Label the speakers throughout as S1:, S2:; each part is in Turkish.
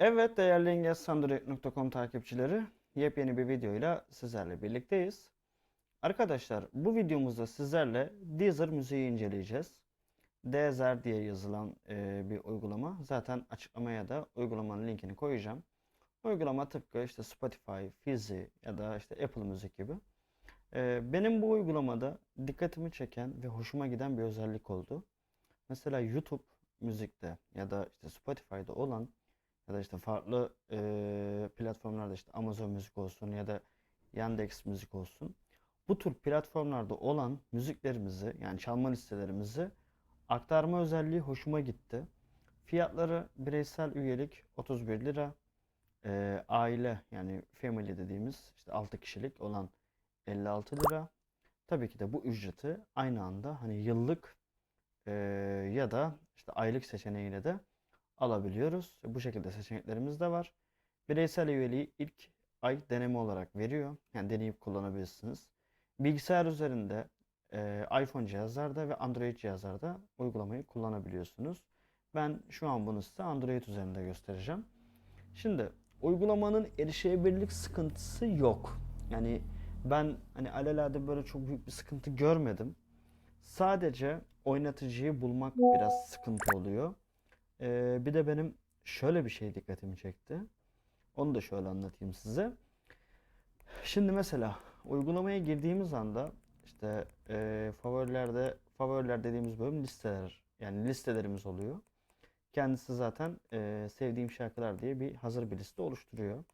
S1: Evet değerli engelsandroid.com takipçileri yepyeni bir videoyla sizlerle birlikteyiz. Arkadaşlar bu videomuzda sizlerle Deezer müziği inceleyeceğiz. Deezer diye yazılan e, bir uygulama. Zaten açıklamaya da uygulamanın linkini koyacağım. Uygulama tıpkı işte Spotify, Fizi ya da işte Apple Müzik gibi. E, benim bu uygulamada dikkatimi çeken ve hoşuma giden bir özellik oldu. Mesela YouTube müzikte ya da işte Spotify'da olan ya da işte farklı eee, platformlarda işte Amazon Müzik olsun ya da Yandex Müzik olsun. Bu tür platformlarda olan müziklerimizi yani çalma listelerimizi aktarma özelliği hoşuma gitti. Fiyatları bireysel üyelik 31 lira. eee, aile yani family dediğimiz işte 6 kişilik olan 56 lira. Tabii ki de bu ücreti aynı anda hani yıllık eee, ya da işte aylık seçeneğiyle de alabiliyoruz. Bu şekilde seçeneklerimiz de var. Bireysel üyeliği ilk ay deneme olarak veriyor. Yani deneyip kullanabilirsiniz. Bilgisayar üzerinde e, iPhone cihazlarda ve Android cihazlarda uygulamayı kullanabiliyorsunuz. Ben şu an bunu size Android üzerinde göstereceğim. Şimdi uygulamanın erişebilirlik sıkıntısı yok. Yani ben hani alelade böyle çok büyük bir sıkıntı görmedim. Sadece oynatıcıyı bulmak biraz sıkıntı oluyor. Ee, bir de benim şöyle bir şey dikkatimi çekti. Onu da şöyle anlatayım size. Şimdi mesela uygulamaya girdiğimiz anda işte e, favorilerde favoriler dediğimiz bölüm listeler yani listelerimiz oluyor. Kendisi zaten e, sevdiğim şarkılar diye bir hazır bir liste oluşturuyor.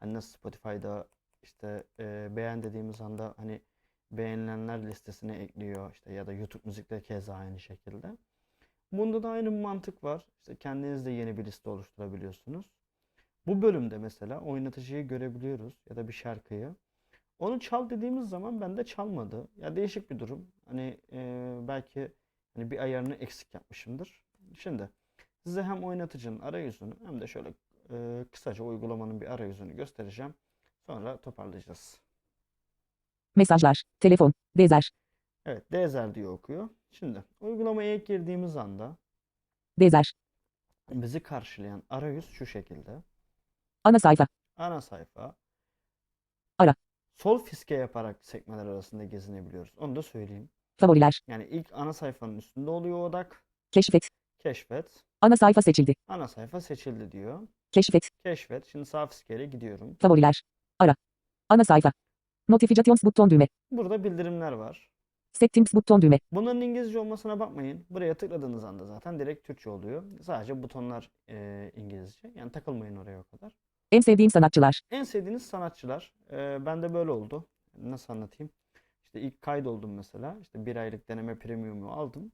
S1: Hani nasıl Spotify'da işte e, beğen dediğimiz anda hani beğenilenler listesine ekliyor işte ya da YouTube müzikte keza aynı şekilde. Bunda da aynı mantık var. İşte kendiniz de yeni bir liste oluşturabiliyorsunuz. Bu bölümde mesela oynatıcıyı görebiliyoruz ya da bir şarkıyı. Onu çal dediğimiz zaman bende çalmadı. Ya değişik bir durum. Hani e, belki hani bir ayarını eksik yapmışımdır. Şimdi size hem oynatıcının arayüzünü hem de şöyle e, kısaca uygulamanın bir arayüzünü göstereceğim. Sonra toparlayacağız.
S2: Mesajlar, telefon, Deezer,
S1: Evet, Deezer diye okuyor. Şimdi uygulamaya ilk girdiğimiz anda
S2: Deezer,
S1: bizi karşılayan arayüz şu şekilde.
S2: ana sayfa,
S1: ana sayfa.
S2: Ara.
S1: Sol fiske yaparak sekmeler arasında gezinebiliyoruz. Onu da söyleyeyim.
S2: favoriler,
S1: Yani ilk ana sayfanın üstünde oluyor odak.
S2: keşfet,
S1: Keşfet.
S2: ana sayfa seçildi,
S1: Ana sayfa seçildi diyor.
S2: keşfet,
S1: Keşfet. Şimdi sağ fiskeyle gidiyorum.
S2: favoriler, ara, ana sayfa, notifications buton düğme,
S1: Burada bildirimler var.
S2: settings buton düğme,
S1: Bunların İngilizce olmasına bakmayın. Buraya tıkladığınız anda zaten direkt Türkçe oluyor. Sadece butonlar eee, İngilizce. Yani takılmayın oraya o kadar.
S2: en sevdiğim sanatçılar,
S1: En sevdiğiniz sanatçılar. Ee, ben de böyle oldu. Nasıl anlatayım? İşte ilk kaydoldum mesela. İşte bir aylık deneme premiumu aldım.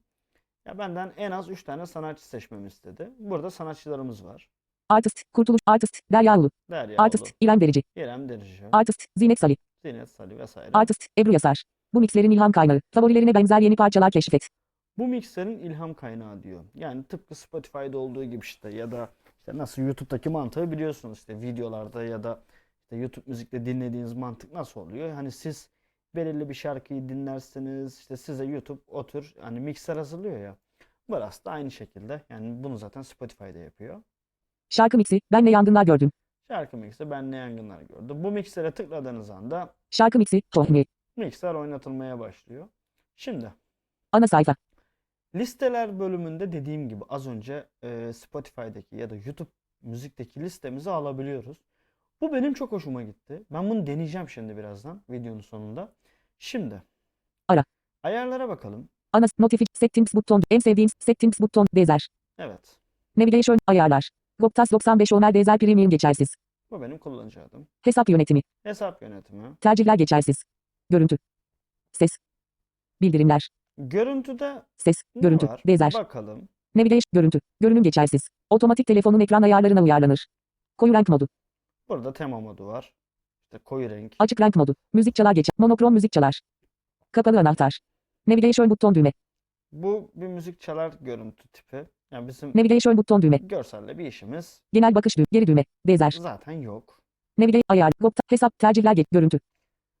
S1: Ya benden en az 3 tane sanatçı seçmemi istedi. Burada sanatçılarımız var.
S2: artist, kurtuluş, artist, Derya Ulu,
S1: Derya
S2: artist,
S1: Ulu,
S2: İrem Derici,
S1: İrem Derici,
S2: artist, Zinet Salih,
S1: Zinet Salih vesaire.
S2: artist, Ebru Yasar. Bu mixlerin ilham kaynağı, favorilerine benzer yeni parçalar keşfet,
S1: Bu mikserin ilham kaynağı diyor. Yani tıpkı Spotify'da olduğu gibi işte ya da işte nasıl YouTube'daki mantığı biliyorsunuz işte videolarda ya da işte YouTube müzikte dinlediğiniz mantık nasıl oluyor? Hani siz belirli bir şarkıyı dinlerseniz işte size YouTube o tür hani mikser hazırlıyor ya. Burası da aynı şekilde. Yani bunu zaten Spotify'da yapıyor.
S2: şarkı mixi, ben ne yangınlar gördüm,
S1: Şarkı mixi ben ne yangınlar gördüm. Bu miksere tıkladığınız anda
S2: şarkı mixi, tohmi,
S1: mikser oynatılmaya başlıyor. Şimdi
S2: ana sayfa,
S1: Listeler bölümünde dediğim gibi az önce e, Spotify'daki ya da YouTube müzikteki listemizi alabiliyoruz. Bu benim çok hoşuma gitti. Ben bunu deneyeceğim şimdi birazdan videonun sonunda. Şimdi
S2: Ara.
S1: ayarlara bakalım.
S2: ana notific, settings buton, en sevdiğim, settings buton, Deezer,
S1: Evet,
S2: navigation, ayarlar, Goptas 95 Oner Deezer Premium geçersiz.
S1: bu benim kullanıcı adım.
S2: Hesap yönetimi,
S1: Hesap yönetimi.
S2: tercihler geçersiz. Görüntü, ses, bildirimler,
S1: Görüntüde
S2: ses,
S1: ne
S2: görüntü,
S1: var?
S2: Deezer,
S1: Bakalım.
S2: navigation, görüntü, görünüm geçersiz. Otomatik telefonun ekran ayarlarına uyarlanır. Koyu renk modu,
S1: Burada tema modu var. İşte koyu renk.
S2: açık renk modu, müzik çalar geçer, monokrom müzik çalar. Kapalı anahtar. Navigation buton düğme,
S1: Bu bir müzik çalar görüntü tipi. Yani bizim
S2: navigation buton düğme,
S1: görselle bir işimiz
S2: genel bakış düğme, geri düğme, Deezer,
S1: zaten yok.
S2: navigation, ayar, Gopta, hesap, tercihler geç, görüntü,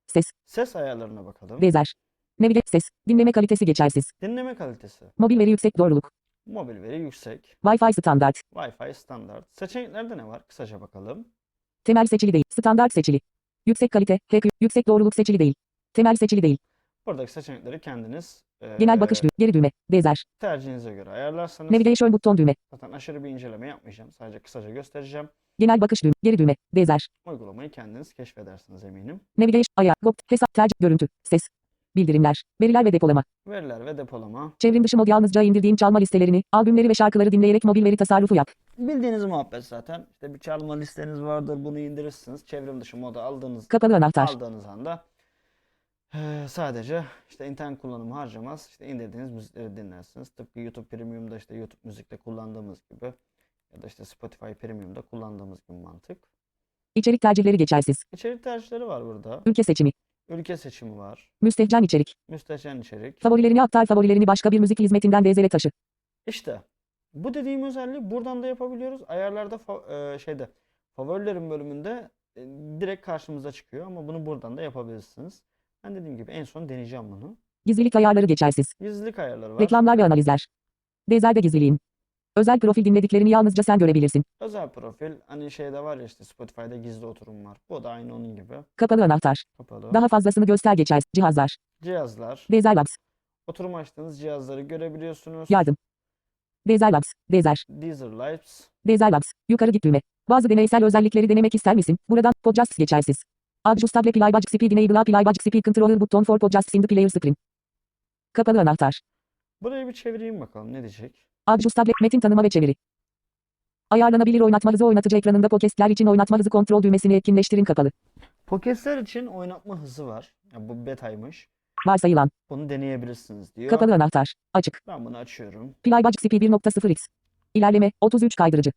S2: ses,
S1: Ses ayarlarına bakalım.
S2: Deezer, navigate, ses, dinleme kalitesi geçersiz.
S1: Dinleme kalitesi.
S2: Mobil veri yüksek doğruluk.
S1: Mobil veri yüksek.
S2: Wi-Fi standart.
S1: Wi-Fi standart. Seçeneklerde ne var? Kısaca bakalım.
S2: Temel seçili değil. Standart seçili. Yüksek kalite. HQ. Yüksek doğruluk seçili değil. Temel seçili değil.
S1: Buradaki seçenekleri kendiniz
S2: Genel
S1: eee,
S2: bakış düğ- Geri düğme. Bezer.
S1: tercihinize göre ayarlarsanız.
S2: Navigation buton düğme.
S1: Zaten aşırı bir inceleme yapmayacağım. Sadece kısaca göstereceğim.
S2: Genel bakış düğme. Geri düğme. Bezer.
S1: Uygulamayı kendiniz keşfedersiniz eminim.
S2: Navigation. Aya. Hop. Hesap. Tercih. Görüntü. Ses. Bildirimler. Veriler ve depolama.
S1: Veriler ve depolama.
S2: Çevrim dışı mod yalnızca indirdiğim çalma listelerini, albümleri ve şarkıları dinleyerek mobil veri tasarrufu yap.
S1: Bildiğiniz muhabbet zaten. İşte bir çalma listeniz vardır. Bunu indirirsiniz. Çevrim dışı moda aldığınız
S2: Kapalı anahtar.
S1: aldığınız anda eee, sadece işte internet kullanımı harcamaz. işte indirdiğiniz müzikleri dinlersiniz. Tıpkı YouTube Premium'da işte YouTube Müzik'te kullandığımız gibi ya da işte Spotify Premium'da kullandığımız gibi mantık.
S2: İçerik tercihleri geçersiz.
S1: İçerik tercihleri var burada.
S2: Ülke seçimi.
S1: Ülke seçimi var.
S2: Müstehcen içerik.
S1: Müstehcen içerik.
S2: Favorilerini aptal favorilerini başka bir müzik hizmetinden DZL taşı.
S1: İşte bu dediğim özelliği buradan da yapabiliyoruz. Ayarlarda fa- e, şeyde favorilerin bölümünde e, direkt karşımıza çıkıyor ama bunu buradan da yapabilirsiniz. Ben dediğim gibi en son deneyeceğim bunu.
S2: Gizlilik ayarları geçersiz.
S1: Gizlilik ayarları var.
S2: Reklamlar ve analizler. DZL'de gizliliğin. Özel profil dinlediklerini yalnızca sen görebilirsin.
S1: Özel profil hani şeyde var ya işte Spotify'da gizli oturum var. Bu da aynı onun gibi.
S2: Kapalı anahtar.
S1: Kapalı.
S2: Daha fazlasını göster geçersiz. Cihazlar.
S1: Cihazlar.
S2: DZL Labs.
S1: Oturum açtığınız cihazları görebiliyorsunuz.
S2: Yardım. DZL Labs. DZL.
S1: Deezer Lives.
S2: DZL Labs. Yukarı git düğme. Bazı deneysel özellikleri denemek ister misin? Buradan Podcasts geçersiz. Adjustable Playback Speed Enable Playback Speed Controller Button for Podcasts in the Player Screen. Kapalı anahtar.
S1: Burayı bir çevireyim bakalım ne diyecek.
S2: Adjustable metin tanıma ve çeviri. Ayarlanabilir oynatma hızı oynatıcı ekranında podcastler için oynatma hızı kontrol düğmesini etkinleştirin kapalı.
S1: Podcast'ler için oynatma hızı var. Ya bu betaymış.
S2: Varsayılan.
S1: Bunu deneyebilirsiniz diyor.
S2: Kapalı anahtar. Açık.
S1: Ben bunu açıyorum.
S2: Playback CP 1.0x. İlerleme 33 kaydırıcı.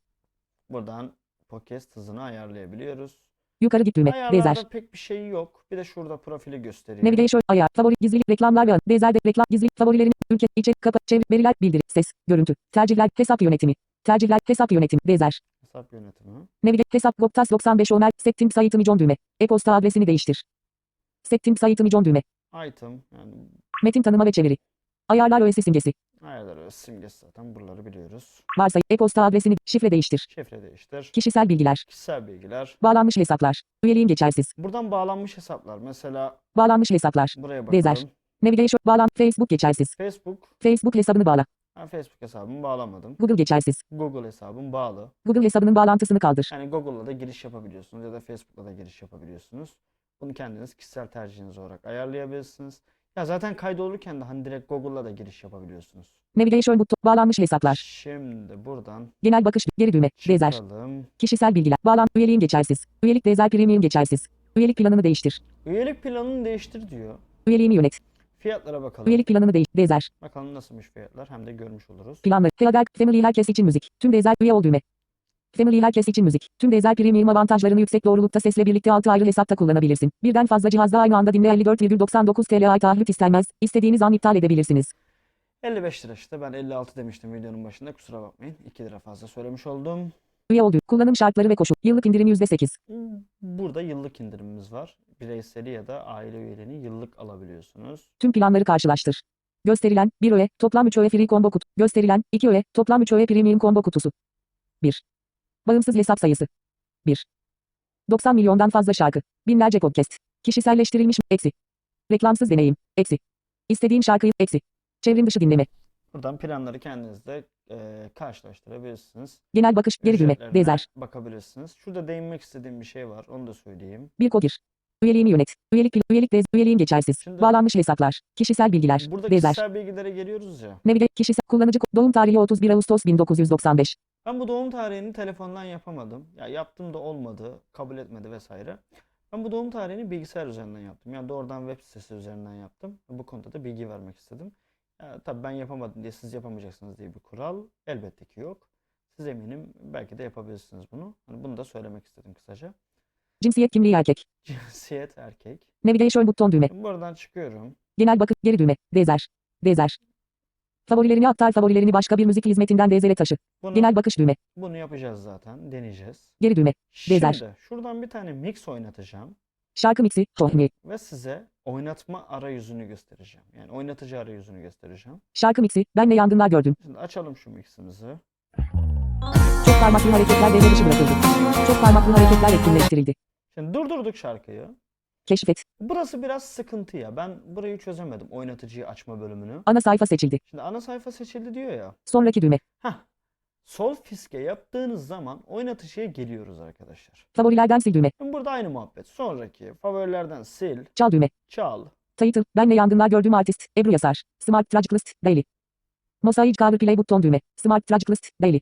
S1: Buradan podcast hızını ayarlayabiliyoruz.
S2: Yukarı git düğme.
S1: Ayarlarda
S2: Bezer.
S1: pek bir şey yok. Bir de şurada profili gösteriyor.
S2: Navigation ayağı. Favori gizlilik reklamlar ve an. Bezer de reklam gizlilik favorilerin ülke içerik kapa çevre veriler bildirim ses görüntü tercihler hesap yönetimi tercihler hesap yönetimi Bezer.
S1: Hesap yönetimi.
S2: Navigate hesap Goptas 95 Omer Settim sayıtımı John düğme. E-posta adresini değiştir. Settim sayıtımı John düğme.
S1: Item yani
S2: Metin tanıma ve çeviri. Ayarlar öğesi simgesi.
S1: ayarları ve simgesi zaten buraları biliyoruz.
S2: Varsay e-posta adresini şifre değiştir.
S1: Şifre değiştir.
S2: Kişisel bilgiler.
S1: Kişisel bilgiler.
S2: Bağlanmış hesaplar. Üyeliğin geçersiz.
S1: Buradan bağlanmış hesaplar. Mesela
S2: Bağlanmış hesaplar.
S1: buraya bakalım.
S2: Bezer. Navigation bağlan Facebook geçersiz.
S1: Facebook.
S2: Facebook hesabını bağla.
S1: Ben Facebook hesabımı bağlamadım.
S2: Google geçersiz.
S1: Google hesabım bağlı.
S2: Google hesabının bağlantısını kaldır.
S1: Yani Google'la da giriş yapabiliyorsunuz ya da Facebook'la da giriş yapabiliyorsunuz. Bunu kendiniz kişisel tercihiniz olarak ayarlayabilirsiniz. Ya zaten kaydolurken de hani direkt Google'la da giriş yapabiliyorsunuz.
S2: Navigation buton bağlanmış hesaplar.
S1: Şimdi buradan
S2: Genel bakış geri düğme. Bezer.
S1: çıkalım.
S2: Kişisel bilgiler. Bağlan üyeliğin geçersiz. Üyelik Bezer premium geçersiz. Üyelik planını değiştir.
S1: Üyelik planını değiştir diyor.
S2: Üyeliğini yönet.
S1: Fiyatlara bakalım.
S2: Üyelik planını değiş. Bezer.
S1: Bakalım nasılmış fiyatlar hem de görmüş oluruz.
S2: Planlı. Feader. Family herkes için müzik. Tüm Bezer üye ol düğme. Family herkes için müzik. Tüm Bezer premium avantajlarını yüksek doğrulukta sesle birlikte 6 ayrı hesapta kullanabilirsin. Birden fazla cihazda aynı anda dinle 54,99 TL ay taahhüt istenmez. İstediğiniz an iptal edebilirsiniz.
S1: 55 lira işte ben 56 demiştim videonun başında kusura bakmayın. 2 lira fazla söylemiş oldum.
S2: Üye ol düğme. Kullanım şartları ve koşul. Yıllık indirim %8.
S1: Burada yıllık indirimimiz var. Bireyseli ya da aile üyeliğini yıllık alabiliyorsunuz.
S2: Tüm planları karşılaştır. Gösterilen 1 öğe toplam 3 öğe free combo kutu. Gösterilen 2 öğe toplam 3 öğe premium combo kutusu. 1. Bağımsız hesap sayısı. 1. 90 milyondan fazla şarkı. Binlerce podcast. Kişiselleştirilmiş eksi. Reklamsız deneyim eksi. İstediğin şarkıyı eksi. Çevrim dışı dinleme.
S1: Buradan planları kendiniz de e, karşılaştırabilirsiniz.
S2: Genel bakış geri düğme.
S1: Ücretlerine
S2: Bezer.
S1: Bakabilirsiniz. Şurada değinmek istediğim bir şey var. Onu da söyleyeyim.
S2: Bir kod gir. Üyeliğini yönet. Üyelik pil- üyelik bez. Üyeliğin geçersiz.
S1: Şimdi-
S2: Bağlanmış hesaplar. Kişisel bilgiler.
S1: Burada
S2: Bezer.
S1: kişisel bilgilere geliyoruz ya.
S2: Naviga kişisel kullanıcı ko- doğum tarihi 31 Ağustos 1995.
S1: Ben bu doğum tarihini telefondan yapamadım. Ya yaptım da olmadı, kabul etmedi vesaire. Ben bu doğum tarihini bilgisayar üzerinden yaptım. Yani doğrudan web sitesi üzerinden yaptım. Bu konuda da bilgi vermek istedim. Ya, tabii ben yapamadım diye siz yapamayacaksınız diye bir kural elbette ki yok. Siz eminim belki de yapabilirsiniz bunu. Hani bunu da söylemek istedim kısaca.
S2: Cinsiyet kimliği erkek.
S1: Cinsiyet erkek.
S2: Navigation buton düğme.
S1: Buradan çıkıyorum.
S2: Genel bakıp geri düğme. Dezer. Dezer. Favorilerini aktar favorilerini başka bir müzik hizmetinden dezele taşı.
S1: Bunu,
S2: Genel bakış düğme.
S1: bunu yapacağız zaten. Deneyeceğiz.
S2: Geri düğme. Bezer.
S1: Şimdi şuradan bir tane mix oynatacağım.
S2: Şarkı mixi, Hohmi.
S1: ve size oynatma arayüzünü göstereceğim. Yani oynatıcı arayüzünü göstereceğim.
S2: Şarkı mixi, ben ne yangınlar gördüm.
S1: Şimdi açalım şu miximizi.
S2: Çok parmaklı hareketler devre dışı bırakıldı. Çok parmaklı hareketler etkinleştirildi.
S1: Şimdi durdurduk şarkıyı.
S2: Keşfet,
S1: Burası biraz sıkıntı ya. Ben burayı çözemedim. Oynatıcıyı açma bölümünü.
S2: ana sayfa seçildi.
S1: Şimdi ana sayfa seçildi diyor ya.
S2: Sonraki düğme,
S1: Hah. Sol fiske yaptığınız zaman oynatıcıya geliyoruz arkadaşlar.
S2: favorilerden sil düğme,
S1: Şimdi burada aynı muhabbet. Sonraki favorilerden sil,
S2: çal düğme,
S1: çal.
S2: title, ben ne yangınlar gördüm artist, Ebru Yazar, Smart Tragic List, Daily. Mosaic Cover Play Button düğme, Smart Tragic List, Daily.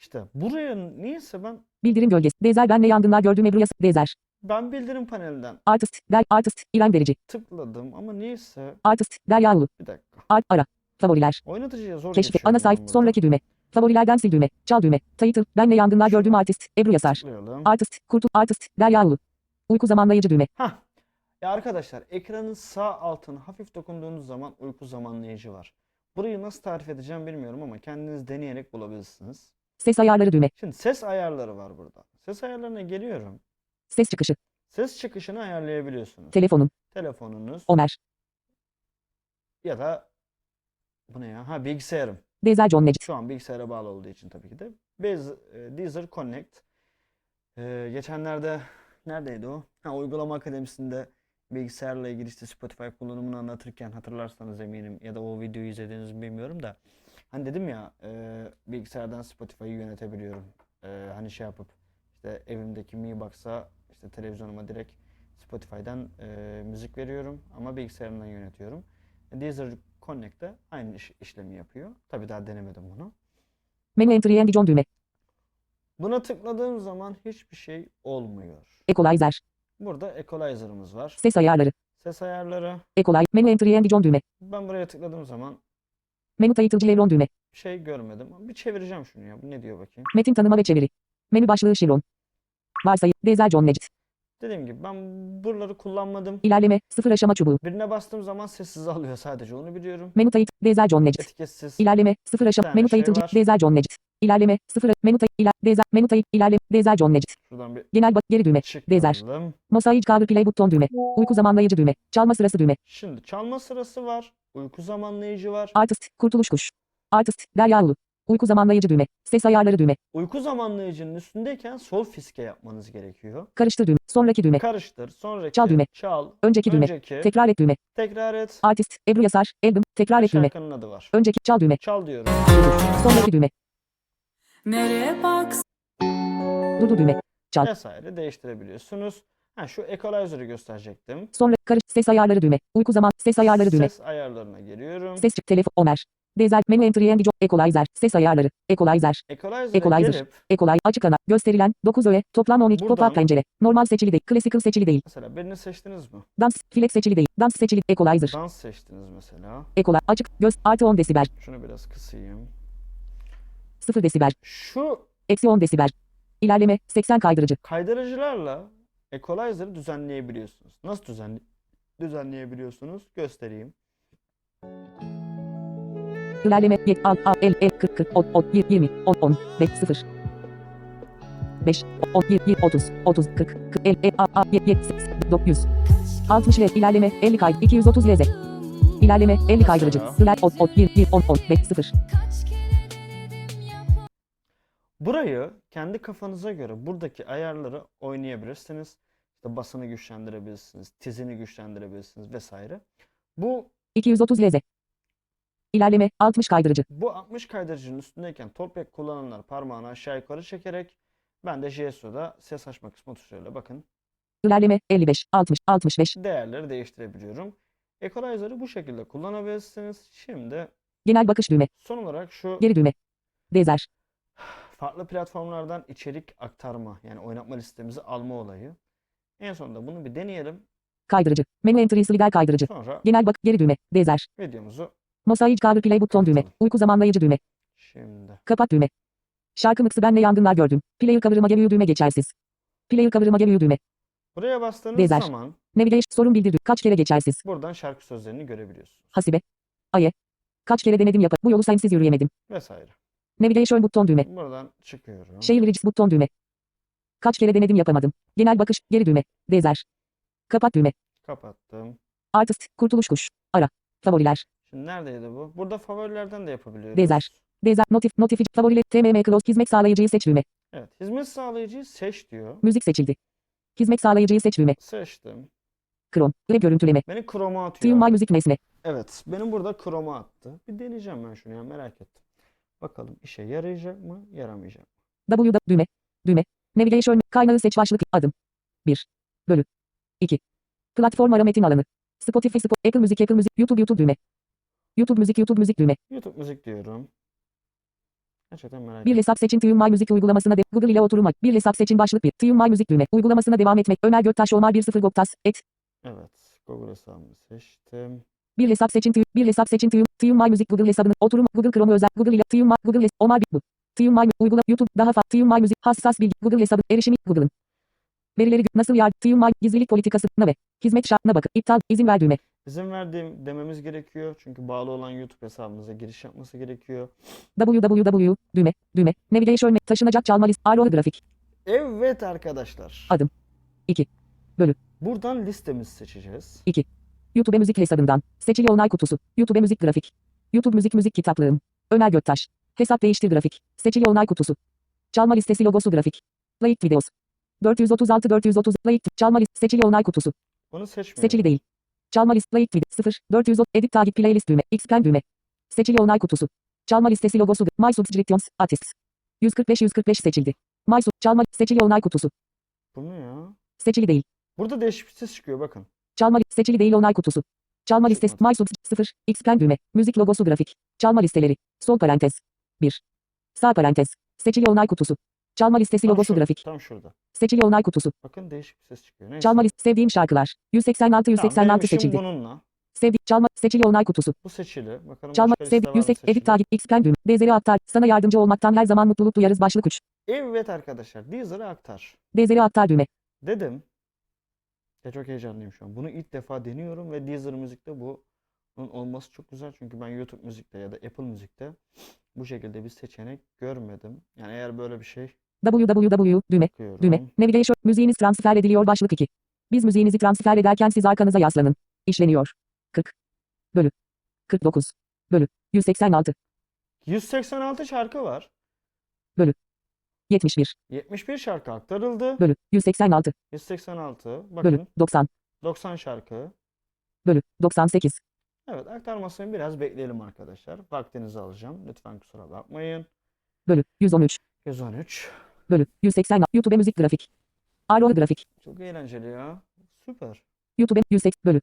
S1: İşte buraya niyeyse ben
S2: Bildirim gölgesi, Dezer ben ne yangınlar gördüm Ebru Yazar, Dezer,
S1: ben bildirim panelinden
S2: Artist, Del, Artist, İrem Derici,
S1: tıkladım ama niyeyse
S2: Artist, Derya Ulu,
S1: bir dakika.
S2: Art, Ara, Favoriler,
S1: Oynatıcıya zor
S2: Keşfe,
S1: geçiyorum
S2: ana
S1: ben
S2: sayfa,
S1: burada.
S2: sonraki düğme, favorilerden sil düğme, çal düğme, title, ben ne yangınlar gördüm artist, Ebru Yazar,
S1: Tıklayalım.
S2: Artist, Kurtul, Artist, Derya Ulu. Uyku zamanlayıcı düğme,
S1: Hah. Ya arkadaşlar ekranın sağ altına hafif dokunduğunuz zaman uyku zamanlayıcı var. Burayı nasıl tarif edeceğim bilmiyorum ama kendiniz deneyerek bulabilirsiniz.
S2: ses ayarları düğme,
S1: Şimdi ses ayarları var burada. Ses ayarlarına geliyorum.
S2: ses çıkışı,
S1: Ses çıkışını ayarlayabiliyorsunuz.
S2: telefonum,
S1: Telefonunuz
S2: Ömer,
S1: ya da bu ne ya? Ha bilgisayarım.
S2: Dezer John Necit,
S1: Şu an bilgisayara bağlı olduğu için tabii ki de. Bez, e, Deezer Connect. E, geçenlerde neredeydi o? Ha, uygulama akademisinde bilgisayarla ilgili işte Spotify kullanımını anlatırken hatırlarsanız eminim ya da o videoyu izlediğiniz mi bilmiyorum da. Hani dedim ya e, bilgisayardan Spotify'ı yönetebiliyorum. E, hani şey yapıp işte evimdeki Mi Box'a işte televizyonuma direkt Spotify'dan e, müzik veriyorum ama bilgisayarımdan yönetiyorum. Deezer Connect'te aynı iş- işlemi yapıyor. Tabii daha denemedim bunu.
S2: Menu Entry and John düğme,
S1: Buna tıkladığım zaman hiçbir şey olmuyor.
S2: Equalizer,
S1: Burada equalizer'ımız var.
S2: ses ayarları,
S1: Ses ayarları.
S2: Equalizer, Menu Entry and John düğme,
S1: Ben buraya tıkladığım zaman
S2: Menu Title Chevron düğme,
S1: bir şey görmedim. Bir çevireceğim şunu ya. Bu ne diyor bakayım.
S2: Metin tanıma ve çeviri, Menü başlığı Chevron, Varsayı, Dezer John Necit,
S1: Dediğim gibi ben buraları kullanmadım.
S2: İlerleme, sıfır aşama çubuğu,
S1: Birine bastığım zaman sessiz alıyor sadece onu biliyorum.
S2: Menu Title, Dezer John Necit,
S1: Etiketsiz.
S2: İlerleme, sıfır aşama,
S1: tane
S2: Menu
S1: şey
S2: Title,
S1: var.
S2: Dezer John Necit, İlerleme, sıfır, Menu Title, İler, Dezer, Menu Title, İlerleme, Dezer John Necit,
S1: Şuradan bir
S2: Genel bak, geri düğme, Dezer,
S1: çıkalım.
S2: Mosaic Cover Play Button düğme, Uyku zamanlayıcı düğme, Çalma sırası düğme,
S1: Şimdi çalma sırası var. Uyku zamanlayıcı var.
S2: Artist, Kurtuluş Kuş. Artist, Derya Ulu. Uyku zamanlayıcı düğme. Ses ayarları düğme.
S1: Uyku zamanlayıcının üstündeyken sol fiske yapmanız gerekiyor.
S2: Karıştır düğme. Sonraki düğme.
S1: Karıştır. Sonraki
S2: Çal düğme.
S1: Çal.
S2: Önceki düğme.
S1: Önceki.
S2: Tekrar et düğme.
S1: Tekrar et.
S2: Artist, Ebru Yasar, albüm. Tekrar et düğme.
S1: Şarkının adı var.
S2: Önceki, çal düğme.
S1: Çal diyorum.
S2: Durdur. Sonraki düğme.
S3: Nereye baks
S2: Durdur düğme. Al.
S1: Vesaire değiştirebiliyorsunuz. Ha, şu equalizer'ı gösterecektim.
S2: Sonra, karış, ses ayarları düğme. Uyku zaman, ses ayarları düğme.
S1: Ses ayarlarına geliyorum.
S2: Ses çık, telefon, Ömer. Dezer, menu entry and jo- equalizer, ses ayarları, equalizer,
S1: Equalizer'a
S2: Equalizer.
S1: gelip
S2: equalizer, açık ana, gösterilen, 9 öğe, toplam 12,
S1: Buradan-
S2: pop-up pencere, normal seçili değil, classical seçili değil,
S1: mesela birini seçtiniz mi?
S2: dans, flex seçili değil, dans seçili, equalizer,
S1: Dans seçtiniz mesela.
S2: equalizer, açık, göz, artı 10 desibel,
S1: Şunu biraz kısayım.
S2: 0 desibel,
S1: Şu
S2: Eksi 10 desibel. İlerleme 80 kaydırıcı.
S1: kaydırıcılarla equalizer'ı düzenleyebiliyorsunuz. Nasıl düzenli düzenleyebiliyorsunuz? Göstereyim.
S2: İlerleme 7 al al el el 40 40 10 10 20 20 10 10 5 0 5 10 20 30 30 40 40 el el al al 7 7 8 900 60 ile ilerleme 50 kay 230 leze. İlerleme 50 kaydırıcı. İler 10 10 20 10 10 5 0
S1: Burayı kendi kafanıza göre buradaki ayarları oynayabilirsiniz. İşte basını güçlendirebilirsiniz, tizini güçlendirebilirsiniz vesaire. Bu
S2: 230 leze. İlerleme 60 kaydırıcı.
S1: Bu 60 kaydırıcının üstündeyken torpek kullananlar parmağını aşağı yukarı çekerek ben de JSO'da ses açma kısmı tuşuyla bakın
S2: İlerleme 55 60 65.
S1: değerleri değiştirebiliyorum. Equalizer'ı bu şekilde kullanabilirsiniz. Şimdi
S2: Genel bakış düğme.
S1: son olarak şu
S2: Geri düğme. Dezer.
S1: farklı platformlardan içerik aktarma yani oynatma listemizi alma olayı. En sonunda bunu bir deneyelim.
S2: Kaydırıcı. Menü entry'si lider kaydırıcı.
S1: Sonra
S2: Genel bak geri düğme. Dezer.
S1: videomuzu
S2: Mosaic cover play buton düğme. Uyku zamanlayıcı düğme.
S1: şimdi
S2: Kapat düğme. Şarkı mıksı ben ne yangınlar gördüm. Player cover'ıma geliyor düğme geçersiz. Player cover'ıma geliyor düğme.
S1: buraya bastığınız
S2: Bezer.
S1: zaman
S2: Navigation sorun bildirdi. Kaç kere geçersiz.
S1: buradan şarkı sözlerini görebiliyorsunuz
S2: Hasibe. Aye. Kaç kere denedim yapa. Bu yolu sensiz yürüyemedim.
S1: vesaire.
S2: Navigation buton düğme.
S1: Buradan çıkıyorum.
S2: Şey- Şehir regis buton düğme. Kaç kere denedim yapamadım. Genel bakış geri düğme. Dezer. Kapat düğme.
S1: Kapattım.
S2: Artist. Kurtuluş kuş. Ara. Favoriler.
S1: Şimdi neredeydi bu? Burada favorilerden de yapabiliyoruz.
S2: Benzer. Dezer. Notif. Notif. Favoriler. TMM Close. Hizmet sağlayıcıyı seç düğme.
S1: Evet. Hizmet sağlayıcıyı seç diyor.
S2: Müzik seçildi. Hizmet sağlayıcıyı seç düğme.
S1: Seçtim.
S2: Kron. Web görüntüleme.
S1: Beni kroma atıyor.
S2: Tune My Music nesne.
S1: Evet. Benim burada kroma attı. Bir deneyeceğim ben şunu ya merak ettim. Bakalım işe yarayacak mı, yaramayacak mı?
S2: W da- düğme. Düğme. Navigation kaynağı seç başlık adım. 1. Bölü. 2. Platform ara metin alanı. Spotify, Spo- Apple Music, Apple Music, YouTube, YouTube düğme. YouTube müzik, YouTube müzik düğme.
S1: YouTube müzik diyorum. Gerçekten merak
S2: Bir
S1: ettim.
S2: hesap seçin Tune My Music uygulamasına de Google ile oturmak. Bir hesap seçin başlık bir. Tune My Music düğme. Uygulamasına devam etmek. Ömer Göktaş, Omar 10 Goktas. Et.
S1: Evet. Google hesabımı seçtim.
S2: Bir hesap seçin Tune. Bir hesap seçin Tune. Tune My Music Google hesabını. Oturum. Google Chrome özel. Google ile Tune My. Google hes. Omar bu. Tune My. Uygula. YouTube. Daha fa. Tune My Music. Hassas bilgi. Google hesabı. Erişimi. Google'ın. Verileri gö- nasıl yar? Tune My. Gizlilik politikasına ve hizmet şartına bakın. İptal. izin ver düğme.
S1: İzin verdiğim dememiz gerekiyor. Çünkü bağlı olan YouTube hesabımıza giriş yapması gerekiyor.
S2: www. Düğme. Düğme. Navigation. me- Taşınacak çalma list. Arrow grafik.
S1: Evet arkadaşlar.
S2: Adım. İki. Bölü.
S1: Buradan listemizi seçeceğiz.
S2: YouTube müzik hesabından. Seçili onay kutusu. YouTube müzik grafik. YouTube müzik müzik kitaplığım. Ömer Göktaş. Hesap değiştir grafik. Seçili onay kutusu. Çalma listesi logosu grafik. Layık videos. 436 430 layık çalma list seçili onay kutusu.
S1: Onu seçmiyorum.
S2: Seçili değil. Çalma list layık video 0 430 edit takip playlist düğme. Xplan düğme. Seçili onay kutusu. Çalma listesi logosu My Subscriptions Artists. 145 145 seçildi. My Sub- çalma seçili onay kutusu.
S1: Bu ne ya?
S2: Seçili değil.
S1: Burada değişik bir ses çıkıyor bakın.
S2: Çalma li- seçili değil onay kutusu. Çalma listesi
S1: Çıkmaz.
S2: My Subs 0 Xplan düğme. Müzik logosu grafik. Çalma listeleri. Sol parantez. 1. Sağ parantez. Seçili onay kutusu. Çalma listesi
S1: Tam
S2: logosu
S1: şurada,
S2: grafik.
S1: Tam şurada.
S2: Seçili onay kutusu.
S1: Bakın değişik bir ses çıkıyor. Neyse.
S2: Çalma list sevdiğim şarkılar. 186
S1: Tamam, benim
S2: 186
S1: işim
S2: seçildi.
S1: bununla.
S2: Sevdi çalma seçili onay kutusu.
S1: Bu seçili. Bakalım
S2: Çalma
S1: başka
S2: sevdi
S1: liste var mı
S2: yüksek
S1: seçili?
S2: edit takip Xplan düğme. Dezeri aktar. Sana yardımcı olmaktan her zaman mutluluk duyarız başlık 3.
S1: Evet arkadaşlar. Deezer'a aktar.
S2: Dezeri aktar düğme.
S1: Dedim. Ya çok heyecanlıyım şu an. Bunu ilk defa deniyorum ve Deezer Müzik'te bu bunun olması çok güzel. Çünkü ben YouTube Müzik'te ya da Apple Müzik'te bu şekilde bir seçenek görmedim. Yani eğer böyle bir şey
S2: www düğme.
S1: bakıyorum.
S2: Düğme. Navigation. Müziğiniz transfer ediliyor. Başlık 2. Biz müziğinizi transfer ederken siz arkanıza yaslanın. İşleniyor. 40. Bölü. 49. Bölü. 186.
S1: 186 şarkı var.
S2: 71.
S1: 71 şarkı aktarıldı.
S2: Bölü. 186.
S1: 186.
S2: Bölü.
S1: Bakın
S2: 90.
S1: 90 şarkı.
S2: Bölü. 98.
S1: Evet aktarmasını biraz bekleyelim arkadaşlar. Vaktinizi alacağım. Lütfen kusura bakmayın.
S2: Bölü. 113.
S1: 113.
S2: Bölü. 180. YouTube müzik grafik. Arrow grafik.
S1: Çok eğlenceli ya. Süper.
S2: YouTube 108 bölü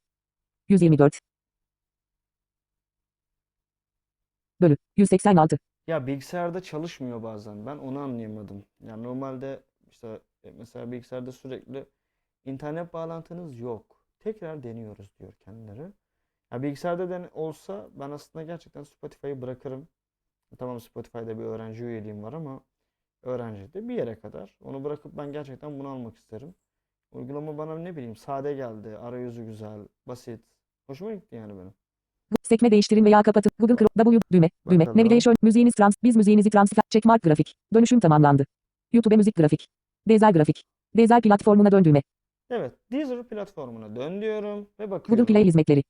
S2: 124 bölü 186
S1: Ya bilgisayarda çalışmıyor bazen. Ben onu anlayamadım. Yani normalde işte e, mesela bilgisayarda sürekli internet bağlantınız yok. Tekrar deniyoruz diyor kendileri. Ya bilgisayarda den olsa ben aslında gerçekten Spotify'ı bırakırım. E, Tamam Spotify'da bir öğrenci üyeliğim var ama öğrenci de bir yere kadar. Onu bırakıp ben gerçekten bunu almak isterim. Uygulama bana ne bileyim sade geldi, arayüzü güzel, basit. Hoşuma gitti yani benim.
S2: Gu- sekme değiştirin veya kapatın Google Chrome W düğme düğme
S1: Bakalım.
S2: navigation müziğiniz trans biz müziğinizi transfer checkmark grafik dönüşüm tamamlandı YouTube müzik grafik Deezer grafik Deezer platformuna dön düğme
S1: Evet, Deezer platformuna dön diyorum ve
S2: Google
S1: bakıyorum.
S2: Play hizmetleri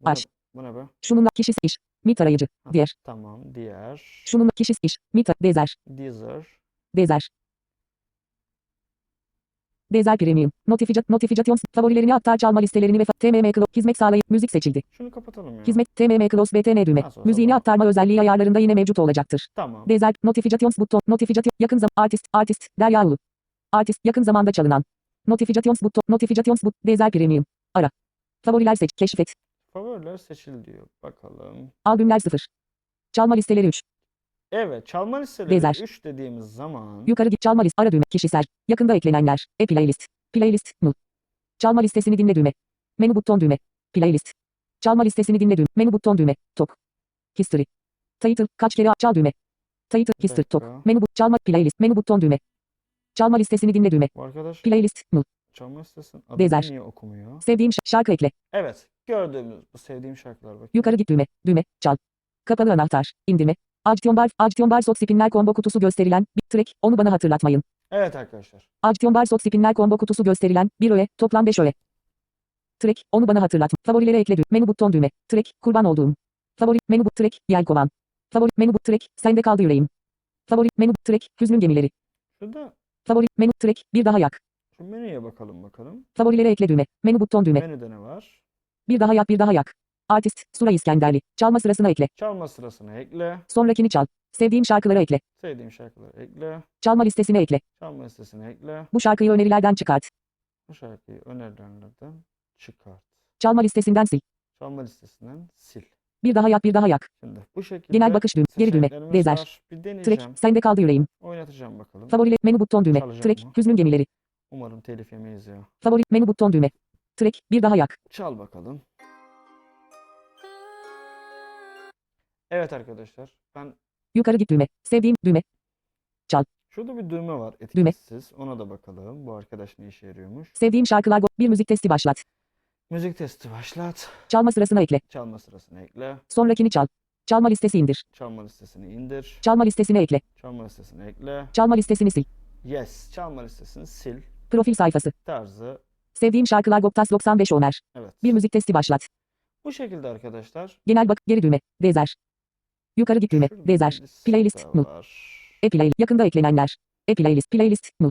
S1: Bu ne-
S2: Aç.
S1: bu ne be?
S2: şununla kişisi iş mit arayıcı
S1: Ha.
S2: diğer
S1: Tamam. Diğer.
S2: şununla kişisi iş mit a- Deezer
S1: Deezer.
S2: Deezer Deezer Premium Notificat Notifications favorilerini aktar çalma listelerini ve fa- TMM Close hizmet sağlayıp müzik seçildi
S1: Şunu kapatalım ya.
S2: Hizmet TMM Close BTN düğme.
S1: Hmm. Nasıl olsa
S2: Müziğini
S1: olur.
S2: aktarma özelliği ayarlarında yine mevcut olacaktır.
S1: Tamam.
S2: Dezer Notifications buton Notification yakın zaman artist artist Derya Ulu. Artist yakın zamanda çalınan. Notifications buton Notifications but Dezer Premium. Ara. Favoriler seç keşfet.
S1: Favoriler seçil diyor. Bakalım.
S2: Albümler 0. Çalma listeleri 3.
S1: Evet. Çalma listeleri
S2: Deezer.
S1: 3 dediğimiz zaman
S2: Yukarı git çalma list ara düğme kişisel. Yakında eklenenler. E playlist. Playlist mu. Çalma listesini dinle düğme. Menü buton düğme. Playlist. Çalma listesini dinle düğme. Menü buton düğme. Tok. History. Title kaç kere çal düğme. Title
S1: Bir
S2: history tok.
S1: dakika.
S2: Menü bu çalma playlist. Menü buton düğme. Çalma listesini dinle düğme.
S1: bu arkadaş
S2: Playlist mu.
S1: çalma listesinin adını
S2: Deezer.
S1: niye okumuyor?
S2: Sevdiğim ş- şarkı ekle.
S1: Evet. Gördüğümüz bu sevdiğim şarkılar bak.
S2: Yukarı git düğme. Düğme. Çal. Kapalı anahtar. İndirme. Action bar, action bar sot spinler combo kutusu gösterilen bir track. Onu bana hatırlatmayın.
S1: Evet arkadaşlar.
S2: Action bar sot spinler combo kutusu gösterilen bir öğe. Toplam 5 öğe. Track, onu bana hatırlat. Favorilere ekle düğ. Menü buton düğme. Track, kurban olduğum. Favori, menü bu track, yelkovan. Favori, menü bu track, sende kaldı yüreğim. Favori, menü track, hüznün gemileri.
S1: Şurada
S2: Favori, menü track, bir daha yak.
S1: şu menüye bakalım bakalım.
S2: Favorilere ekle düğme. Menü buton düğme.
S1: Menüde ne var?
S2: Bir daha yak, bir daha yak. Artist, Sura İskenderli. Çalma sırasına ekle.
S1: Çalma sırasına ekle.
S2: Sonrakini çal. Sevdiğim şarkılara ekle.
S1: Sevdiğim şarkıları ekle.
S2: Çalma listesine ekle.
S1: Çalma listesine ekle.
S2: Bu şarkıyı önerilerden çıkart.
S1: Bu şarkıyı önerilenlerden çıkart.
S2: Çalma listesinden sil.
S1: Çalma listesinden sil.
S2: Bir daha yak, bir daha yak.
S1: Şimdi bu şekilde
S2: Genel bakış düğüm. Geri düğme.
S1: seçeneklerimiz
S2: Rezer.
S1: var. Bir
S2: Track,
S1: deneyeceğim.
S2: sende kaldı yüreğim.
S1: Oynatacağım bakalım.
S2: Favoriler, menü buton düğme.
S1: Çalacak
S2: Track,
S1: mı?
S2: hüznün gemileri.
S1: Umarım telif yemeyiz ya.
S2: Favori, menü buton düğme. Track, bir daha yak.
S1: Çal bakalım. Evet arkadaşlar. Ben
S2: Yukarı git düğme. Sevdiğim düğme.
S1: şurada bir düğme var
S2: Düğme.
S1: etkinsiz. Ona da bakalım. Bu arkadaş ne işe yarıyormuş.
S2: Sevdiğim şarkılar. go- Bir müzik testi başlat.
S1: Müzik testi başlat.
S2: Çalma sırasına ekle.
S1: Çalma sırasını ekle.
S2: Sonrakini çal. Çalma listesi indir.
S1: Çalma listesini indir.
S2: Çalma listesine ekle.
S1: Çalma listesini ekle.
S2: Çalma listesini sil.
S1: Yes. Çalma listesini sil.
S2: Profil sayfası.
S1: Tarzı.
S2: Sevdiğim şarkılar Goptas 95 Oner.
S1: Evet.
S2: Bir müzik testi başlat.
S1: Bu şekilde arkadaşlar.
S2: Genel bak geri düğme. Rezer. Yukarı git düğme.
S1: Şurada bir
S2: Rezer.
S1: liste
S2: Playlist, nul.
S1: var.
S2: E play. Yakında eklenenler. E playlist. Playlist. Nul.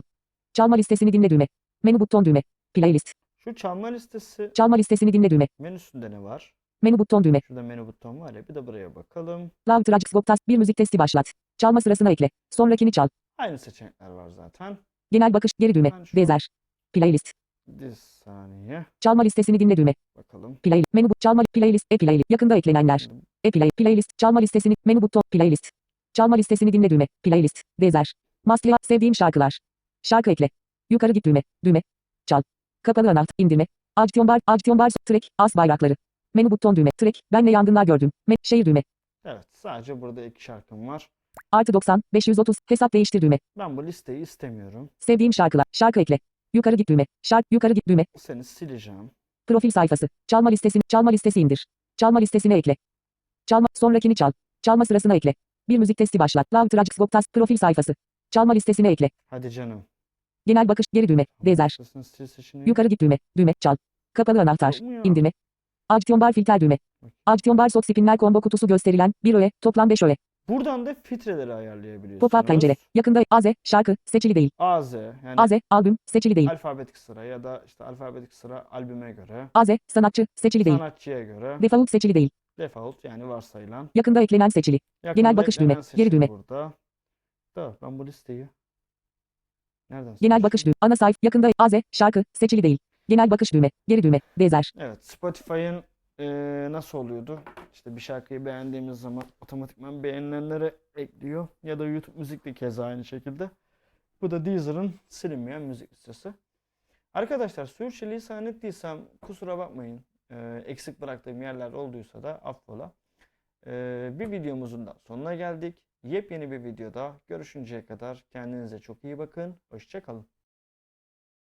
S2: Çalma listesini dinle düğme. Menü buton düğme. Playlist.
S1: Şu çalma listesi
S2: Çalma listesini dinle düğme.
S1: menüsünde ne var?
S2: Menü buton düğme.
S1: Şurada menü buton var ya bir de buraya bakalım.
S2: Loud Tracks Goptas. Bir müzik testi başlat. Çalma sırasına ekle. Sonrakini çal.
S1: Aynı seçenekler var zaten.
S2: Genel bakış geri düğme.
S1: Ben şu-
S2: Rezer. Playlist.
S1: Bir saniye
S2: Çalma listesini dinle düğme.
S1: bakalım.
S2: Play. Menü bu. Çalma playlist. E playlist. Yakında eklenenler.
S1: Şimdi
S2: E play. Playlist. Çalma listesini. Menü buton. Playlist. Çalma listesini dinle düğme. Playlist. Rezer. Must have. Sevdiğim şarkılar. Şarkı ekle. Yukarı git düğme. Düğme. Çal. Kapalı anahtar. İndirme. Action bar. Action bar. Track. As bayrakları. Menü buton düğme. Track. Benle yangınlar gördüm. Me. Şehir düğme.
S1: Evet sadece burada iki şarkım var.
S2: Artı 90. 530. Hesap değiştir düğme.
S1: Ben bu listeyi istemiyorum.
S2: Sevdiğim şarkılar. Şarkı ekle. Yukarı git düğme. Şarkı. Yukarı git düğme.
S1: Seni sileceğim.
S2: Profil sayfası. Çalma listesini, çalma listesi indir. Çalma listesine ekle. Çalma, sonrakini çal. Çalma sırasına ekle. Bir müzik testi başlat. Love Tragics Voctas, profil sayfası. Çalma listesine ekle.
S1: Hadi canım.
S2: Genel bakış, geri düğme, rezer.
S1: Listesini sil seçeneği.
S2: Yukarı git düğme, düğme, çal. Kapalı anahtar.
S1: Yok mu ya?
S2: İndirme. Action bar filter düğme. Action bar soft spinler combo kutusu gösterilen 1 öğe, toplam 5 öğe.
S1: Buradan da filtreleri ayarlayabiliyorsunuz.
S2: Pop-up pencere. Yakında AZ, şarkı, seçili değil.
S1: AZ yani
S2: AZ, albüm, seçili değil.
S1: alfabetik sıra ya da işte alfabetik sıra albüme göre.
S2: AZ, sanatçı, seçili değil.
S1: Sanatçıya göre.
S2: Default seçili değil.
S1: Default yani varsayılan.
S2: Yakında eklenen seçili.
S1: Yakında
S2: bakış düğme,
S1: eklenen
S2: geri
S1: seçili
S2: düğme.
S1: Burada. Da ben bu listeyi nereden
S2: Genel
S1: seçtim?
S2: bakış düğme. Ana sayfa. Yakında AZ. Şarkı. Seçili değil. Genel bakış düğme. Geri düğme. Dezer.
S1: Evet, Spotify'ın eee, nasıl oluyordu? İşte bir şarkıyı beğendiğimiz zaman otomatikman beğenilenlere ekliyor. Ya da YouTube Müzik de keza aynı şekilde. Bu da Deezer'ın silinmeyen müzik listesi. Arkadaşlar sürçülisan ettiysem kusura bakmayın. Eee, eksik bıraktığım yerler olduysa da affola. Eee, bir videomuzun da sonuna geldik. Yepyeni bir videoda görüşünceye kadar kendinize çok iyi bakın. Hoşçakalın.